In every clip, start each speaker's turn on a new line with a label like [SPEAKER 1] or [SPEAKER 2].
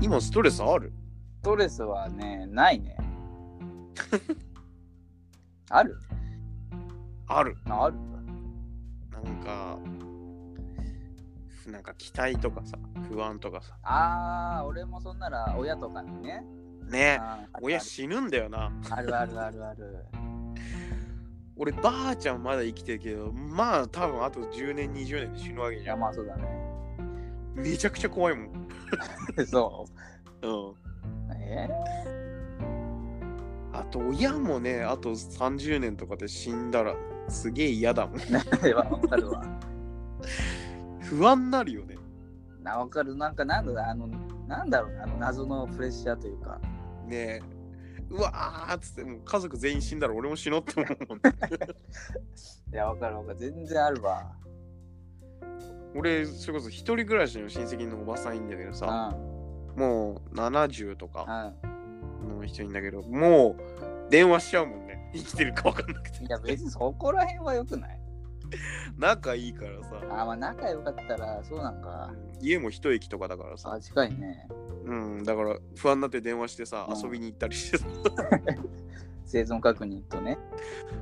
[SPEAKER 1] 今ストレスある
[SPEAKER 2] ストレスはね、ない ね。ある
[SPEAKER 1] ある。
[SPEAKER 2] ある
[SPEAKER 1] なんか、なんか期待とかさ、不安とかさ。
[SPEAKER 2] ああ、俺もそんなら親とかにね。
[SPEAKER 1] ね
[SPEAKER 2] あー
[SPEAKER 1] 親死ぬんだよな。
[SPEAKER 2] あるあるあるある。
[SPEAKER 1] 俺、ばあちゃんまだ生きてるけど、まあ多分あと10年、20年で死ぬわけ
[SPEAKER 2] い
[SPEAKER 1] じゃ
[SPEAKER 2] や、
[SPEAKER 1] ん。
[SPEAKER 2] まあそうだね。
[SPEAKER 1] めちゃくちゃ怖いもん。
[SPEAKER 2] そ
[SPEAKER 1] うん。
[SPEAKER 2] う。え
[SPEAKER 1] あと、親もね、あと30年とかで死んだら、すげえ嫌だもん。
[SPEAKER 2] ー、 わかるわ。
[SPEAKER 1] 不安になるよね。
[SPEAKER 2] な、わかる。なんか、なんだ、あの、なんだろうね、あの謎のプレッシャーというか。
[SPEAKER 1] ねえ。うわーっつって、もう家族全員死んだら俺も死のうって思うもん、
[SPEAKER 2] いや、わかるわかる。全然あるわ。
[SPEAKER 1] 俺、それこそ一人暮らしの親戚のおばさんいんだけど
[SPEAKER 2] う
[SPEAKER 1] さ。
[SPEAKER 2] ん。
[SPEAKER 1] もう70とか
[SPEAKER 2] う
[SPEAKER 1] の人いんだけど、もう電話しちゃうもんね。 生きてるか分かんなくて。
[SPEAKER 2] ん。いや、別にそこら辺は良くない。
[SPEAKER 1] 仲いいからさ、
[SPEAKER 2] あー、まあ仲良かったら、そうなんか。
[SPEAKER 1] 家も一駅とかだからさ、
[SPEAKER 2] あ、近いね。
[SPEAKER 1] うん、だから不安になって電話してさ、
[SPEAKER 2] うん
[SPEAKER 1] 遊びに行ったりしてさ、
[SPEAKER 2] 生存確認とね。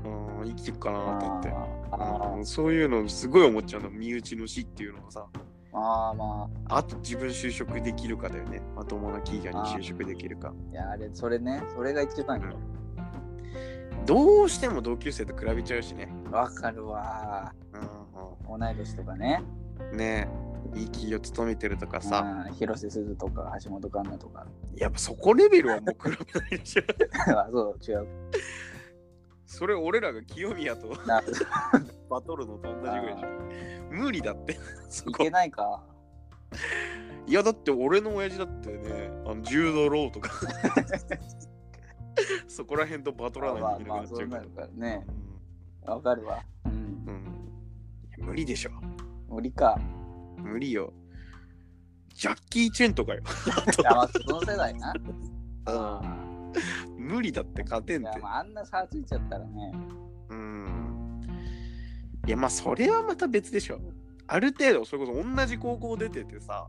[SPEAKER 1] うん、生きてるかなって言って。
[SPEAKER 2] あー
[SPEAKER 1] うんそういうのすごい思っちゃうの身内の死っていうのはさ
[SPEAKER 2] あーま
[SPEAKER 1] あと自分就職できるかだよねまともな企業に就職できるか
[SPEAKER 2] あいやあれそれねそれが一番よ
[SPEAKER 1] どうしても同級生と比べちゃうしね、
[SPEAKER 2] わかるわ
[SPEAKER 1] うんう
[SPEAKER 2] 同い年とかね
[SPEAKER 1] ん、ねえいい企業勤めてるとかさ、
[SPEAKER 2] うん、広瀬すずとか橋本環奈とか
[SPEAKER 1] やっぱそこレベルはもう比べないでしょ。
[SPEAKER 2] あそう違う
[SPEAKER 1] それ俺らが清宮と
[SPEAKER 2] な
[SPEAKER 1] バトルのと同じぐらいでしょ。無理だって。そ
[SPEAKER 2] い
[SPEAKER 1] こ
[SPEAKER 2] けないか
[SPEAKER 1] いやだって俺の親父だってね、あの柔道ローとかそこら辺とバトらないといけな
[SPEAKER 2] まあ
[SPEAKER 1] くな
[SPEAKER 2] まあ
[SPEAKER 1] っ
[SPEAKER 2] そ
[SPEAKER 1] ちゃ
[SPEAKER 2] う
[SPEAKER 1] うか
[SPEAKER 2] な
[SPEAKER 1] ら
[SPEAKER 2] る。からね
[SPEAKER 1] う
[SPEAKER 2] わかるわうん
[SPEAKER 1] んうんいや無理でしょ。
[SPEAKER 2] 無 理か
[SPEAKER 1] 無理よ。ジャッキー・チェンとかよ。
[SPEAKER 2] いやまあその世代なあ
[SPEAKER 1] 無理だって勝て
[SPEAKER 2] ー
[SPEAKER 1] ん
[SPEAKER 2] い
[SPEAKER 1] っ
[SPEAKER 2] や
[SPEAKER 1] て。
[SPEAKER 2] まああんな差ついちゃったらね
[SPEAKER 1] うん。いやまあそれはまた別でしょ。ある程度それこそ同じ高校出ててさ。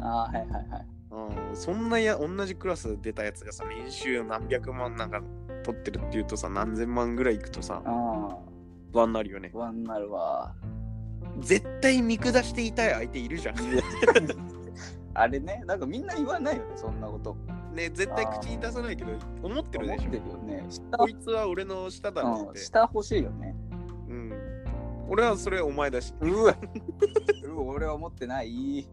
[SPEAKER 2] あーはいはいはい
[SPEAKER 1] うん、そんなや同じクラス出たやつがさ年収何百万なんか取ってるっていうとさ何千万ぐらいいくとさ
[SPEAKER 2] う
[SPEAKER 1] 不安になるよね
[SPEAKER 2] ん不安になるわ
[SPEAKER 1] 絶対見下していたい相手いるじゃん
[SPEAKER 2] あれねなんかみんな言わないよねそんなこと
[SPEAKER 1] ね絶対口に出さないけど思ってる
[SPEAKER 2] 思っ
[SPEAKER 1] でして
[SPEAKER 2] る
[SPEAKER 1] ょ
[SPEAKER 2] よね下
[SPEAKER 1] こいつは俺の下だろ
[SPEAKER 2] う
[SPEAKER 1] っ
[SPEAKER 2] ん、
[SPEAKER 1] て、
[SPEAKER 2] 下欲しいよね。
[SPEAKER 1] うん、俺はそれお前だし
[SPEAKER 2] うわうわ俺は思ってない。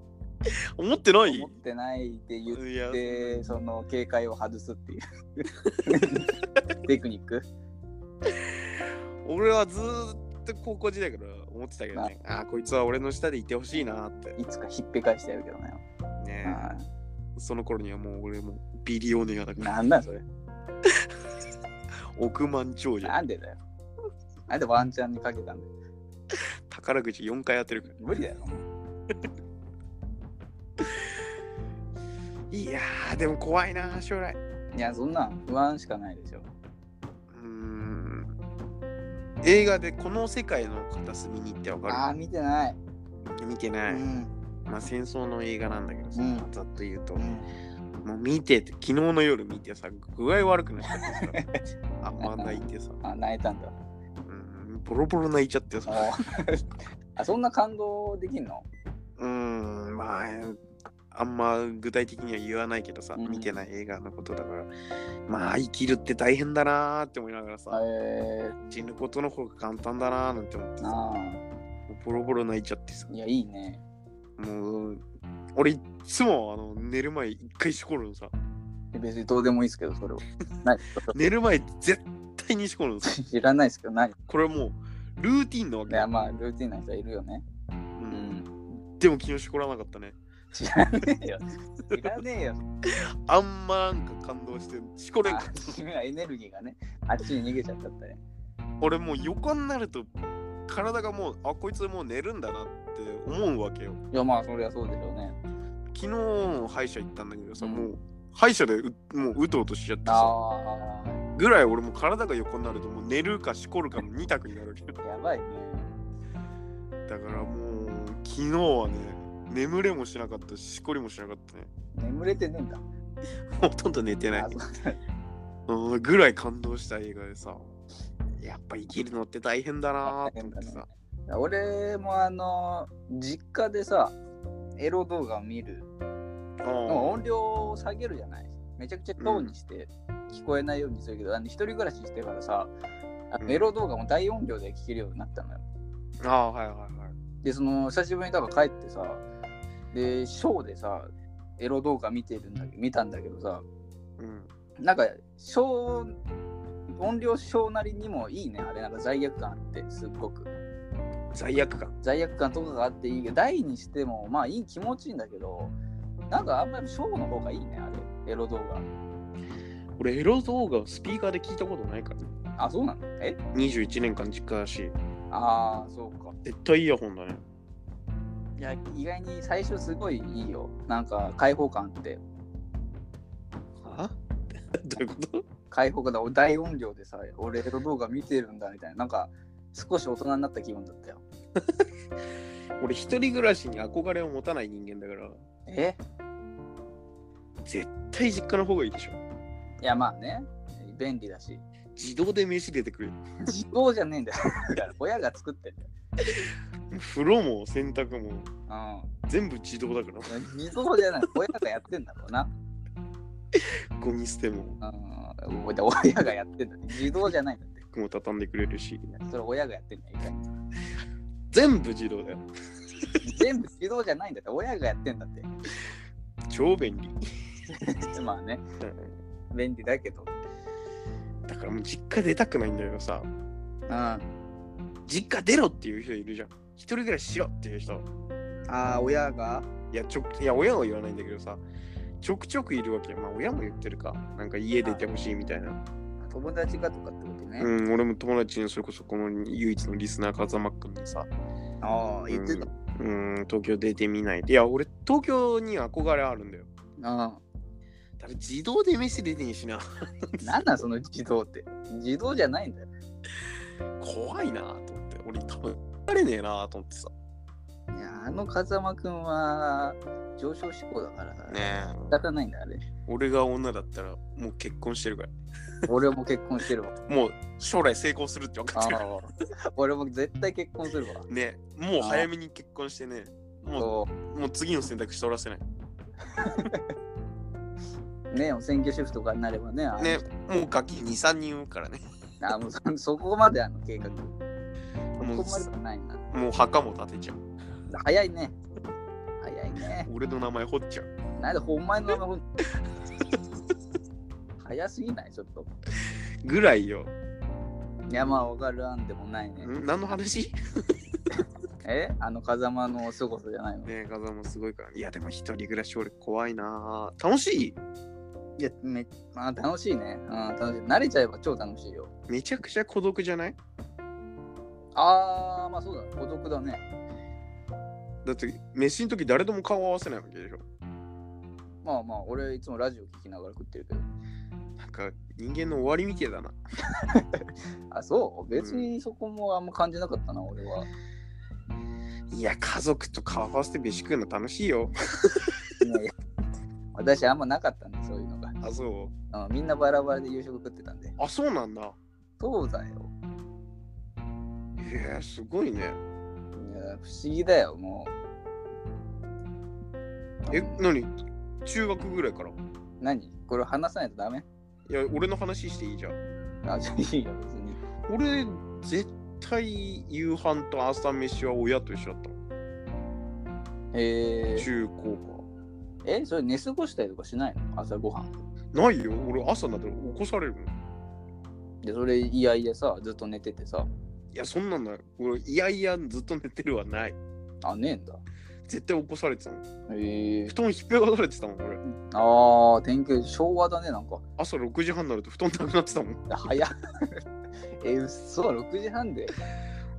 [SPEAKER 1] 思ってない
[SPEAKER 2] 思ってないって言っ
[SPEAKER 1] いや
[SPEAKER 2] て、その警戒を外すっていうテクニック。
[SPEAKER 1] 俺はずーっと高校時代から思ってたけどねああこいつは俺の下でいてほしいなって
[SPEAKER 2] いつかひっぺ返してやるけどね。
[SPEAKER 1] ね
[SPEAKER 2] う
[SPEAKER 1] その頃にはもう俺もビリオネアだ
[SPEAKER 2] ん
[SPEAKER 1] から
[SPEAKER 2] なんだそれ。
[SPEAKER 1] 億万長者
[SPEAKER 2] なんでだよ。なんでワンチャンにかけたんだよ。
[SPEAKER 1] 宝くじ4回当てるから
[SPEAKER 2] 無理だよ。
[SPEAKER 1] いやーでも怖いな将来
[SPEAKER 2] いや、そんなん不安しかないでしょ。
[SPEAKER 1] うーん映画でこの世界の片隅にってわ
[SPEAKER 2] あ
[SPEAKER 1] か
[SPEAKER 2] あ、見てない。
[SPEAKER 1] る見てない、
[SPEAKER 2] うん。
[SPEAKER 1] まあ戦争の映画なんだけどさ、
[SPEAKER 2] うん
[SPEAKER 1] ざっと言うと、
[SPEAKER 2] うん
[SPEAKER 1] もう見てて昨日の夜見てさ具合悪くなっちゃって さあんま泣いてさ、
[SPEAKER 2] あ、泣いたんだ。
[SPEAKER 1] うん、ボロボロ泣いちゃって
[SPEAKER 2] お
[SPEAKER 1] さ
[SPEAKER 2] ーあ、そんな感動できんの
[SPEAKER 1] うーんまああんま具体的には言わないけどさ、
[SPEAKER 2] うん
[SPEAKER 1] 見てない映画のことだからまあ生きるって大変だなーって思いながらさ、
[SPEAKER 2] え
[SPEAKER 1] 死ぬことの方が簡単だなーなんて思って
[SPEAKER 2] ー、
[SPEAKER 1] さ
[SPEAKER 2] あ
[SPEAKER 1] ボロボロ泣いちゃってさ
[SPEAKER 2] あ、いや、いいね。
[SPEAKER 1] もう俺いっつもあの寝る前一回しこるのさ
[SPEAKER 2] 別にどうでもいいですけど、それは。ない
[SPEAKER 1] 寝る前絶対にしこるのさ
[SPEAKER 2] 知らないですけど、ない。い
[SPEAKER 1] これはもうルーティンなわけ
[SPEAKER 2] や、まあ、ルーティンな人はいるよね。
[SPEAKER 1] う、
[SPEAKER 2] うんん。
[SPEAKER 1] でも昨日しこらなかったね
[SPEAKER 2] 知らねえ よ。知らねえよ。
[SPEAKER 1] あんまなんか感動してしこれんか
[SPEAKER 2] あ
[SPEAKER 1] った
[SPEAKER 2] 君はエネルギーがね、あっちに逃げちゃったったね。
[SPEAKER 1] 俺もう横になると体がもうあこいつもう寝るんだなって思うわけよ
[SPEAKER 2] いや、まあ、そりゃそうでしょうね。
[SPEAKER 1] 昨日歯医者行ったんだけどさ、
[SPEAKER 2] うん
[SPEAKER 1] もう歯医者でうもううとうとしちゃってさ
[SPEAKER 2] あ
[SPEAKER 1] ぐらい俺もう体が横になるともう寝るかしこるかの2択になるわけよ
[SPEAKER 2] あ、やばいね。
[SPEAKER 1] だからもう昨日はね眠れもしなかったし、しこりもしなかったね。
[SPEAKER 2] 眠れてねえんだ。
[SPEAKER 1] ほとんど寝てない
[SPEAKER 2] あ。そうだ
[SPEAKER 1] うんぐらい感動した映画でさ、やっぱ生きるのって大変だなーと思ってさ。
[SPEAKER 2] 俺もあの実家でさエロ動画を見る
[SPEAKER 1] うん
[SPEAKER 2] 音量を下げるじゃないめちゃくちゃトーンにして聞こえないようにするけど、あの一人暮らししてからさあ
[SPEAKER 1] う
[SPEAKER 2] の
[SPEAKER 1] ん
[SPEAKER 2] エロ動画も大音量で聴けるようになったのよ
[SPEAKER 1] ああ、はいはいはい。
[SPEAKER 2] でその久しぶりにだから帰ってさでショーでさエロ動画見てるんだけど見たんだけどさ
[SPEAKER 1] うん。
[SPEAKER 2] なんかショー音量ショーなりにもいいねあれなんか罪悪感あってすっごく
[SPEAKER 1] 罪悪感。
[SPEAKER 2] 罪悪感とかがあっていいけど大にしてもまあいい気持ちいいんだけどなんかあんまりショーの方がいいねあれエロ動
[SPEAKER 1] 俺、エロ動画をスピーカーで聞いたことないから、ね。
[SPEAKER 2] 画あそうなのえ
[SPEAKER 1] 21年間実家だし、
[SPEAKER 2] ああそうか
[SPEAKER 1] 絶対イヤホンだね。
[SPEAKER 2] いや意外に最初すごいいいよなんか開放感あって
[SPEAKER 1] は どういうこと
[SPEAKER 2] 開放感だ俺大音量でさ俺エロ動画見てるんだみたいななんか少し大人になった気分だったよ
[SPEAKER 1] 俺、一人暮らしに憧れを持たない人間だから、
[SPEAKER 2] え
[SPEAKER 1] 絶対実家の方がいいでしょ。
[SPEAKER 2] いやまあね便利だし
[SPEAKER 1] 自動で飯出てくる。
[SPEAKER 2] 自動じゃねえんだよ だから親が作ってんだよ
[SPEAKER 1] 風呂も洗濯も
[SPEAKER 2] う
[SPEAKER 1] 全部自動だから。
[SPEAKER 2] ん自動じゃない親がやってんだろうな
[SPEAKER 1] ゴミ捨ても、
[SPEAKER 2] うん、おい親がやってんだって自動じゃないんだって。
[SPEAKER 1] 服も畳んでくれるし、
[SPEAKER 2] それ親がやってんだよ。いかに
[SPEAKER 1] 全部自動だよ。
[SPEAKER 2] 全部自動じゃないんだって。親がやってんだって。
[SPEAKER 1] 超便利。
[SPEAKER 2] まあね、便利だけど。
[SPEAKER 1] だからもう実家出たくないんだけどさ、
[SPEAKER 2] うん。あ
[SPEAKER 1] 実家出ろっていう人いるじゃん。一人暮らししろっていう人。
[SPEAKER 2] あ、親が
[SPEAKER 1] いや、ちょいや親は言わないんだけどさ、ちょくちょくいるわけよ。まあ親も言ってるか。なんか家出てほしいみたいな。
[SPEAKER 2] 友達がとかってことね。
[SPEAKER 1] うん、俺も友達にそれこそこの唯一のリスナー風間くんにさ、
[SPEAKER 2] ああ、言ってた。
[SPEAKER 1] うん、うん東京出てみない。いや、俺東京に憧れあるんだよ。
[SPEAKER 2] うん。
[SPEAKER 1] 多分自動で飯出てんしな。
[SPEAKER 2] なんなんその自動って。自動じゃないんだよ。
[SPEAKER 1] 怖いなと思って。俺多分、やれねえなと思ってさ。
[SPEAKER 2] いや、あの風間くんは上昇志向だからさ。
[SPEAKER 1] ね
[SPEAKER 2] 仕
[SPEAKER 1] え。
[SPEAKER 2] 方ないんだ、あれ。
[SPEAKER 1] 俺が女だったら、もう結婚してるから。
[SPEAKER 2] 俺も結婚してるわ。
[SPEAKER 1] もう将来成功するって分か
[SPEAKER 2] あ
[SPEAKER 1] ってるから。
[SPEAKER 2] あ、俺も絶対結婚するわ。
[SPEAKER 1] ねもう早めに結婚してね。も
[SPEAKER 2] そう
[SPEAKER 1] もう次の選択肢取らせない。
[SPEAKER 2] う。ねえ、選挙主婦とかになればね。あの
[SPEAKER 1] ねもうガキ2、3人産むからね。
[SPEAKER 2] あもうそそこまであの計画。
[SPEAKER 1] も
[SPEAKER 2] そこまではないな。
[SPEAKER 1] うもう墓も建てちゃう。
[SPEAKER 2] 早いね。早いね。
[SPEAKER 1] 俺の名前掘っちゃう。
[SPEAKER 2] なんでお前の名前ほん早すぎないちょっと。
[SPEAKER 1] ぐらいよ。
[SPEAKER 2] いやまあわかる案でもないね。
[SPEAKER 1] ん何の話
[SPEAKER 2] えあの風間の凄さじゃないの、
[SPEAKER 1] ね風もすごいから。いや、でも一人暮らし俺怖いな楽しい
[SPEAKER 2] いやめまあ楽しいね。うん楽しい。慣れちゃえば超楽しいよ。
[SPEAKER 1] めちゃくちゃ孤独じゃない
[SPEAKER 2] あーまあそうだ。孤独だね。
[SPEAKER 1] だって、飯の時誰とも顔合わせないわけでしょ。
[SPEAKER 2] まあまあ俺いつもラジオ聞きながら食ってるけど。
[SPEAKER 1] なんか人間の終わりみてえだな。
[SPEAKER 2] あそう別にそこもあんま感じなかったな俺は。
[SPEAKER 1] いや、家族と顔合わせて飯食うの楽しいよ。
[SPEAKER 2] いやいや私あんまなかったんでそういうのが。
[SPEAKER 1] あ、そう
[SPEAKER 2] うんみんなバラバラで夕食食ってたんで。
[SPEAKER 1] あ、そうなんだ。
[SPEAKER 2] そうだよ。
[SPEAKER 1] いや、すごいね。
[SPEAKER 2] いや、不思議だよ、もう。
[SPEAKER 1] え、
[SPEAKER 2] うん
[SPEAKER 1] 何中学ぐらいからい
[SPEAKER 2] 何これ話さないとダメ
[SPEAKER 1] や、俺の話していいじゃん。
[SPEAKER 2] あ、じゃあいいよ、別に。
[SPEAKER 1] 俺、絶対夕飯と朝飯は親と一緒だったの。
[SPEAKER 2] えー、
[SPEAKER 1] 中高か。
[SPEAKER 2] え、それ寝過ごしたりとかしないの朝ごはん。
[SPEAKER 1] ないよ。俺、朝になったら起こされるもん。
[SPEAKER 2] で、それ嫌々さ、ずっと寝ててさ。
[SPEAKER 1] いや、そんなんない。俺、いやいや、ずっと寝てるはない。
[SPEAKER 2] あ、ねえんだ。
[SPEAKER 1] 絶対起こされてたの。
[SPEAKER 2] え
[SPEAKER 1] 布団引っぺがされてたもん、俺。
[SPEAKER 2] ー、あー、天気昭和だね、なんか。
[SPEAKER 1] 朝6時半になると布団なくなってたもん。
[SPEAKER 2] 早っ。 え、うっそ、6時半で。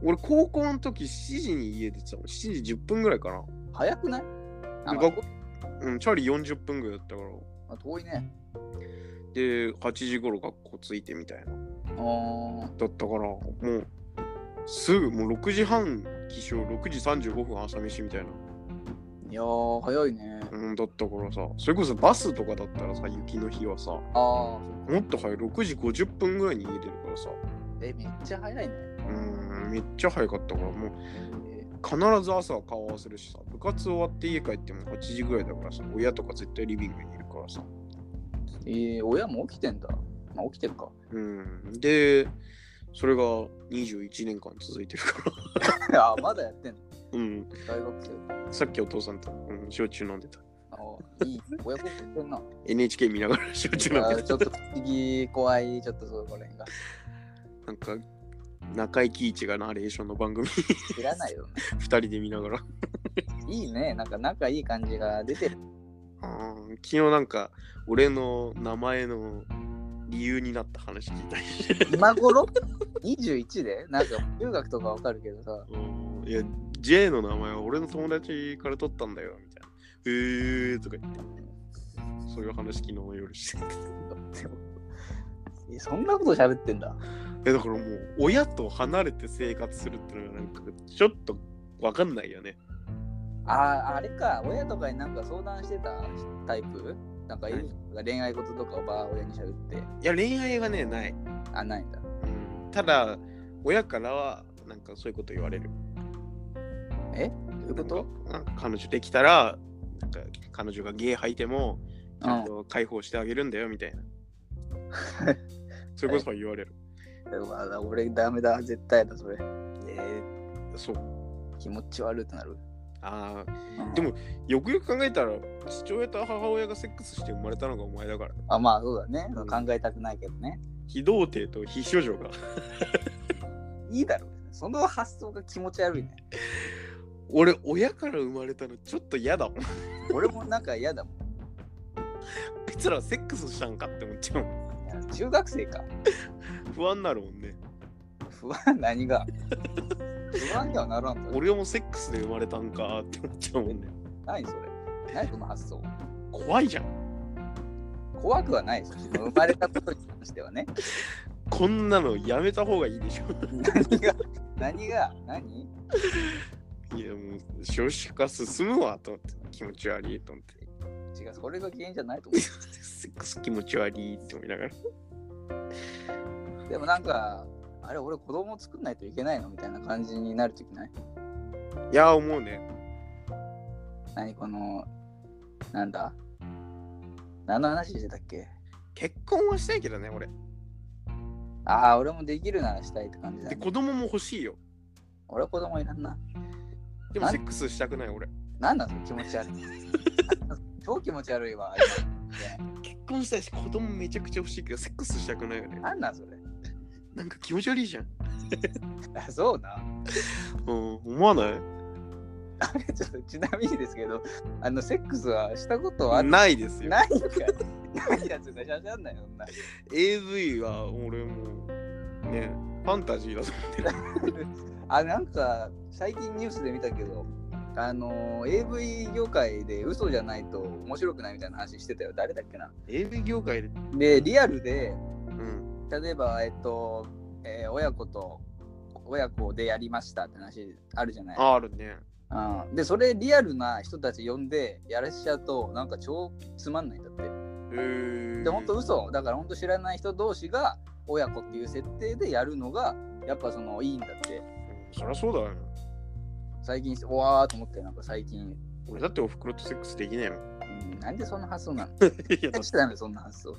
[SPEAKER 1] 俺高校の時7時に家出てたの7時10分ぐらいかな、
[SPEAKER 2] 早くないあ、まあ
[SPEAKER 1] 学校うん、チャリ40分ぐらいだったから
[SPEAKER 2] あ遠いね。
[SPEAKER 1] で8時頃学校着いてみたいな
[SPEAKER 2] あー
[SPEAKER 1] だったからもうすぐもう6時半起床6時35分朝飯みたいな
[SPEAKER 2] いやー、早いね。
[SPEAKER 1] うん、だったからさ、それこそバスとかだったらさ、雪の日はさ、も
[SPEAKER 2] ああ、
[SPEAKER 1] っと早い、6時50分ぐらいに家出るからさ、
[SPEAKER 2] え、めっちゃ早いね。
[SPEAKER 1] うん、めっちゃ早かったから、もう
[SPEAKER 2] え
[SPEAKER 1] 必ず朝は顔合わせるしさ、部活終わって家帰っても8時ぐらいだからさ、親とか絶対リビングにいるからさ。
[SPEAKER 2] ーえー親も起きてんだ。まあ、起きてるか。
[SPEAKER 1] うん、で、それが21年間続いてるから。
[SPEAKER 2] あーまだやってんの。
[SPEAKER 1] うん、
[SPEAKER 2] 大学生。
[SPEAKER 1] さっきお父さんと、うん、焼酎飲んでた。
[SPEAKER 2] あーいい。親子ってんな。
[SPEAKER 1] NHK 見ながら 焼酎飲ん
[SPEAKER 2] あ
[SPEAKER 1] で
[SPEAKER 2] ー
[SPEAKER 1] た。
[SPEAKER 2] ちょっと次怖い、ちょっとそこら辺が。
[SPEAKER 1] なんか、中井貴一がナレーションの番組
[SPEAKER 2] 知らないよね。
[SPEAKER 1] 二人で見ながら。
[SPEAKER 2] いいね。なんか仲いい感じが出てる。
[SPEAKER 1] あー昨日なんか、俺の名前の理由になった話聞いたりして。
[SPEAKER 2] 今頃 ?21 でなんか中学とかわかるけどさ。
[SPEAKER 1] うんいや、J の名前は俺の友達から取ったんだよ、みたいな。えーとか言って。そういう話昨日の夜して。
[SPEAKER 2] でもえそんなこと喋ってんだ。
[SPEAKER 1] え、だからもう、親と離れて生活するってのがなんか、ちょっとわかんないよね。
[SPEAKER 2] ああ、あれか。親とかになんか相談してたタイプなんかいる恋愛事とかをばあ親に喋って。
[SPEAKER 1] いや、恋愛はね、ない。
[SPEAKER 2] あ、ないんだ。
[SPEAKER 1] うん、ただ、親からは、なんかそういうこと言われる。
[SPEAKER 2] どういうこと
[SPEAKER 1] なんか彼女できたら、なんか彼女がゲー吐いても、ちゃんと解放してあげるんだよ、みたいな。それこそ言われる。
[SPEAKER 2] うわ俺ダメだ。絶対だ、それ。
[SPEAKER 1] えーそう。
[SPEAKER 2] 気持ち悪ってなる。
[SPEAKER 1] ああ、でもよくよく考えたら、父親と母親がセックスして生まれたのがお前だから。
[SPEAKER 2] あ、まあそうだね。
[SPEAKER 1] うん
[SPEAKER 2] 考えたくないけどね。
[SPEAKER 1] 非童貞と非処女が。
[SPEAKER 2] いいだろう。その発想が気持ち悪いね。
[SPEAKER 1] 俺、親から生まれたのちょっと嫌だもん。あ
[SPEAKER 2] 俺もなんか嫌だもん。
[SPEAKER 1] いつらセックスしたんかって思っちゃうもん。
[SPEAKER 2] いや中学生か。
[SPEAKER 1] 不安になるもんね。
[SPEAKER 2] 不安何が不安にはならんと。
[SPEAKER 1] 俺もセックスで生まれたんかって思っちゃうもんね。
[SPEAKER 2] 何それ何その発想
[SPEAKER 1] 怖いじゃん。
[SPEAKER 2] 怖くはないです生まれたことに関してはね。
[SPEAKER 1] こんなのやめた方がいいでしょ。
[SPEAKER 2] 何が何が何
[SPEAKER 1] いや、もう少子化進むわと思って。気持ち悪いと思って。
[SPEAKER 2] 違う、それが原因じゃないと思
[SPEAKER 1] セックス気持ち悪いって思いながら。
[SPEAKER 2] う。でもなんか、あれ俺子供作んないといけないのみたいな感じになるときない
[SPEAKER 1] いや、思うね。
[SPEAKER 2] 何この、なんだ何の話してたっけ
[SPEAKER 1] 結婚はしたいけどね、俺。
[SPEAKER 2] ああ、俺もできるならしたいって感じだ、
[SPEAKER 1] で、
[SPEAKER 2] ね。
[SPEAKER 1] 子供も欲しいよ。
[SPEAKER 2] 俺子供いらんな。
[SPEAKER 1] でも
[SPEAKER 2] なん
[SPEAKER 1] セックスしたくない俺。
[SPEAKER 2] なんだその気持ち 悪い。超気持ち悪いわ。
[SPEAKER 1] 結婚したいし子供めちゃくちゃ欲しいけどセックスしたくないよね。
[SPEAKER 2] なんなんそれ
[SPEAKER 1] なんか気持ち悪いじゃん。
[SPEAKER 2] あそうな。
[SPEAKER 1] うん、思わない
[SPEAKER 2] あれちょっとちなみにですけど、あの、セックスはしたことはある
[SPEAKER 1] ないですよ。
[SPEAKER 2] ないんかい。ないやつがしゃしゃんなよ、そんな。
[SPEAKER 1] AV は俺もうね、ファンタジーだと思ってる。
[SPEAKER 2] あ、なんか、最近ニュースで見たけど、あの、AV 業界で嘘じゃないと面白くないみたいな話してたよ。誰だっけな。
[SPEAKER 1] AV 業界で。
[SPEAKER 2] で、リアルで、
[SPEAKER 1] うん。
[SPEAKER 2] 例えば、えっと、えー親子と、親子でやりましたって話あるじゃない。
[SPEAKER 1] あるね。
[SPEAKER 2] うん、で、それリアルな人たち呼んでやらしちゃうと、なんか超つまんないんだって。
[SPEAKER 1] えー。
[SPEAKER 2] で本当嘘だから本当知らない人同士が親子っていう設定でやるのがやっぱそのいいんだって
[SPEAKER 1] うんそりゃそうだよ、ね。
[SPEAKER 2] 最近おわーと思ってなんか最近、
[SPEAKER 1] 俺だっておふくろとセックスでき ないもん。
[SPEAKER 2] うん、なんでそんな発想なの
[SPEAKER 1] いや、だっ
[SPEAKER 2] しちゃダメそんな発想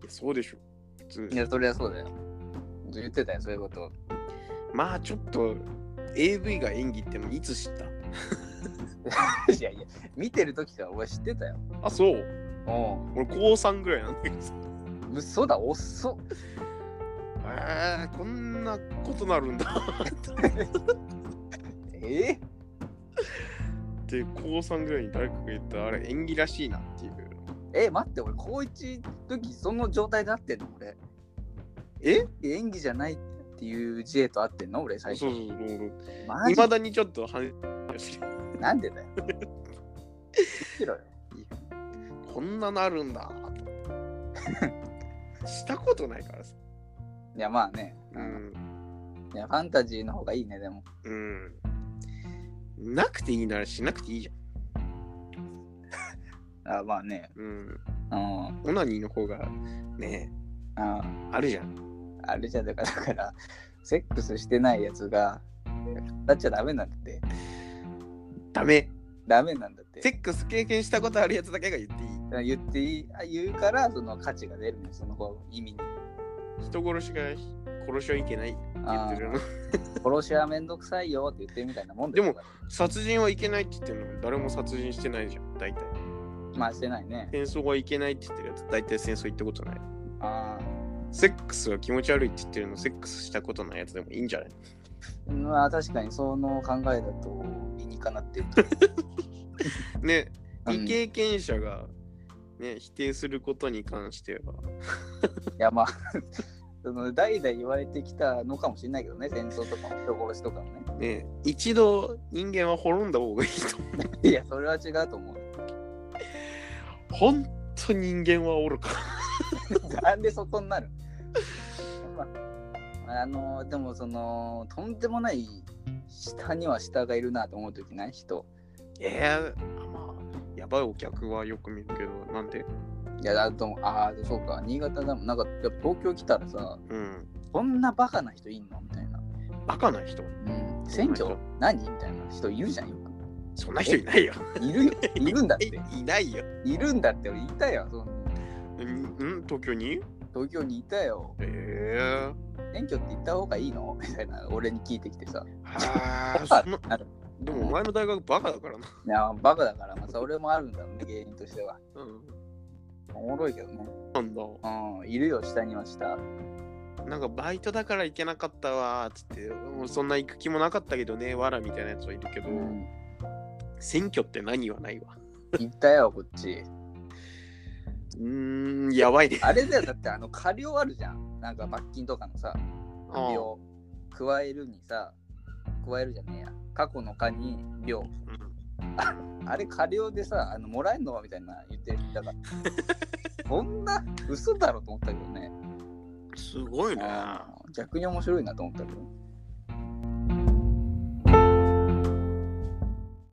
[SPEAKER 1] てそうでしょ。普通
[SPEAKER 2] いやそれはそうだよ言ってたよそういうこと
[SPEAKER 1] まあちょっと AV が演技ってのいつ知った
[SPEAKER 2] いやいや見てる時から俺知ってたよ
[SPEAKER 1] あ、そう。
[SPEAKER 2] お
[SPEAKER 1] 俺高3ぐらいなんだけどさ。
[SPEAKER 2] う嘘だ遅っ
[SPEAKER 1] えー、こんなことなるんだ
[SPEAKER 2] え
[SPEAKER 1] って高3ぐらいに誰かが言ったあれ演技らしいなっていう
[SPEAKER 2] ー、え待って俺高一時その状態で会ってんの俺
[SPEAKER 1] え
[SPEAKER 2] 演技じゃないっていう J と会ってんの俺
[SPEAKER 1] そう
[SPEAKER 2] 最
[SPEAKER 1] そ
[SPEAKER 2] 初
[SPEAKER 1] うそう
[SPEAKER 2] マ
[SPEAKER 1] い
[SPEAKER 2] ジで
[SPEAKER 1] まだにちょっと反省してる
[SPEAKER 2] なんでだよ言ってろよ
[SPEAKER 1] こんななるんだ したことないからさ
[SPEAKER 2] いやまあね、
[SPEAKER 1] うん
[SPEAKER 2] いやファンタジーの方がいいねでも
[SPEAKER 1] うんなくていいならしなくていいじゃん。
[SPEAKER 2] あまあね。
[SPEAKER 1] うん。
[SPEAKER 2] うん。
[SPEAKER 1] オナニーの方がね、
[SPEAKER 2] あ
[SPEAKER 1] あるじゃん。
[SPEAKER 2] あれじゃだから、だから、セックスしてないやつが、なっちゃダメなんだって。
[SPEAKER 1] ダメ。
[SPEAKER 2] ダメなんだって。
[SPEAKER 1] セックス経験したことあるやつだけが言っていい。
[SPEAKER 2] 言っていいあ言うから、その価値が出るんです、その子意味に。
[SPEAKER 1] 人殺しが殺しはいけないって言ってるの。
[SPEAKER 2] 殺しはめんどくさいよって言ってるみたいなもん
[SPEAKER 1] で
[SPEAKER 2] も、
[SPEAKER 1] 殺人はいけないって言ってるのに誰も殺人してないじゃん。大体。
[SPEAKER 2] まあしてないね。
[SPEAKER 1] 戦争はいけないって言ってるやつ、大体戦争行ったことない。
[SPEAKER 2] あ
[SPEAKER 1] セックスは気持ち悪いって言ってるの、セックスしたことないやつでもいいんじゃない
[SPEAKER 2] ーまあ確かにその考えだと理にかなってる。
[SPEAKER 1] ね、
[SPEAKER 2] うん
[SPEAKER 1] 未経験者が、ね、否定することに関しては、
[SPEAKER 2] いやまあ その代々言われてきたのかもしれないけどね戦争とか人殺しとかもね
[SPEAKER 1] ね、一度人間は滅んだ方がいいと思う。
[SPEAKER 2] いやそれは違うと思う
[SPEAKER 1] 本当人間は愚か。
[SPEAKER 2] なんでそこになる、 まあ、あのでもそのとんでもない下には下がいるなと思う時ない人
[SPEAKER 1] えー、まあ、やばいお客はよく見るけど、なんで
[SPEAKER 2] いやだと思うああそうか新潟だもんなんかやっぱ東京来たらさ
[SPEAKER 1] うん。
[SPEAKER 2] こんなバカな人いんのみたいな、
[SPEAKER 1] バカな人。
[SPEAKER 2] うん、選挙何みたいな人いるじゃんよ
[SPEAKER 1] そんな人いないよ。
[SPEAKER 2] くいるよいるんだって
[SPEAKER 1] いいないよ。
[SPEAKER 2] いるんだって俺いたよその
[SPEAKER 1] んん東京に
[SPEAKER 2] 東京にいたよ
[SPEAKER 1] え ー。
[SPEAKER 2] 免許って言った方がいいの みたいな俺に聞いてきてさ
[SPEAKER 1] はあ、
[SPEAKER 2] バカ
[SPEAKER 1] そんな
[SPEAKER 2] なる
[SPEAKER 1] でもお前の大学バカだからな。
[SPEAKER 2] いやバカだからまあそれもあるんだろうね芸人としては
[SPEAKER 1] うん。
[SPEAKER 2] おもろいけどね
[SPEAKER 1] なんだ。
[SPEAKER 2] うんいるよ下には下
[SPEAKER 1] なんかバイトだから行けなかったわーっつって、もうそんな行く気もなかったけどね、わらみたいなやつはいるけど、
[SPEAKER 2] うん
[SPEAKER 1] 選挙って何はないわ。
[SPEAKER 2] 行ったよこっち
[SPEAKER 1] うーん、やばいね。
[SPEAKER 2] あれだよだってあの過料あるじゃんなんか罰金とかのさ過料加えるにさ加えるじゃねえや過去の課に秒あれ過料でさあのもらえんのみたいな言ってたから こんな嘘だろと思ったけどね
[SPEAKER 1] うんすごいね。
[SPEAKER 2] あー逆に面白いなと思ったけど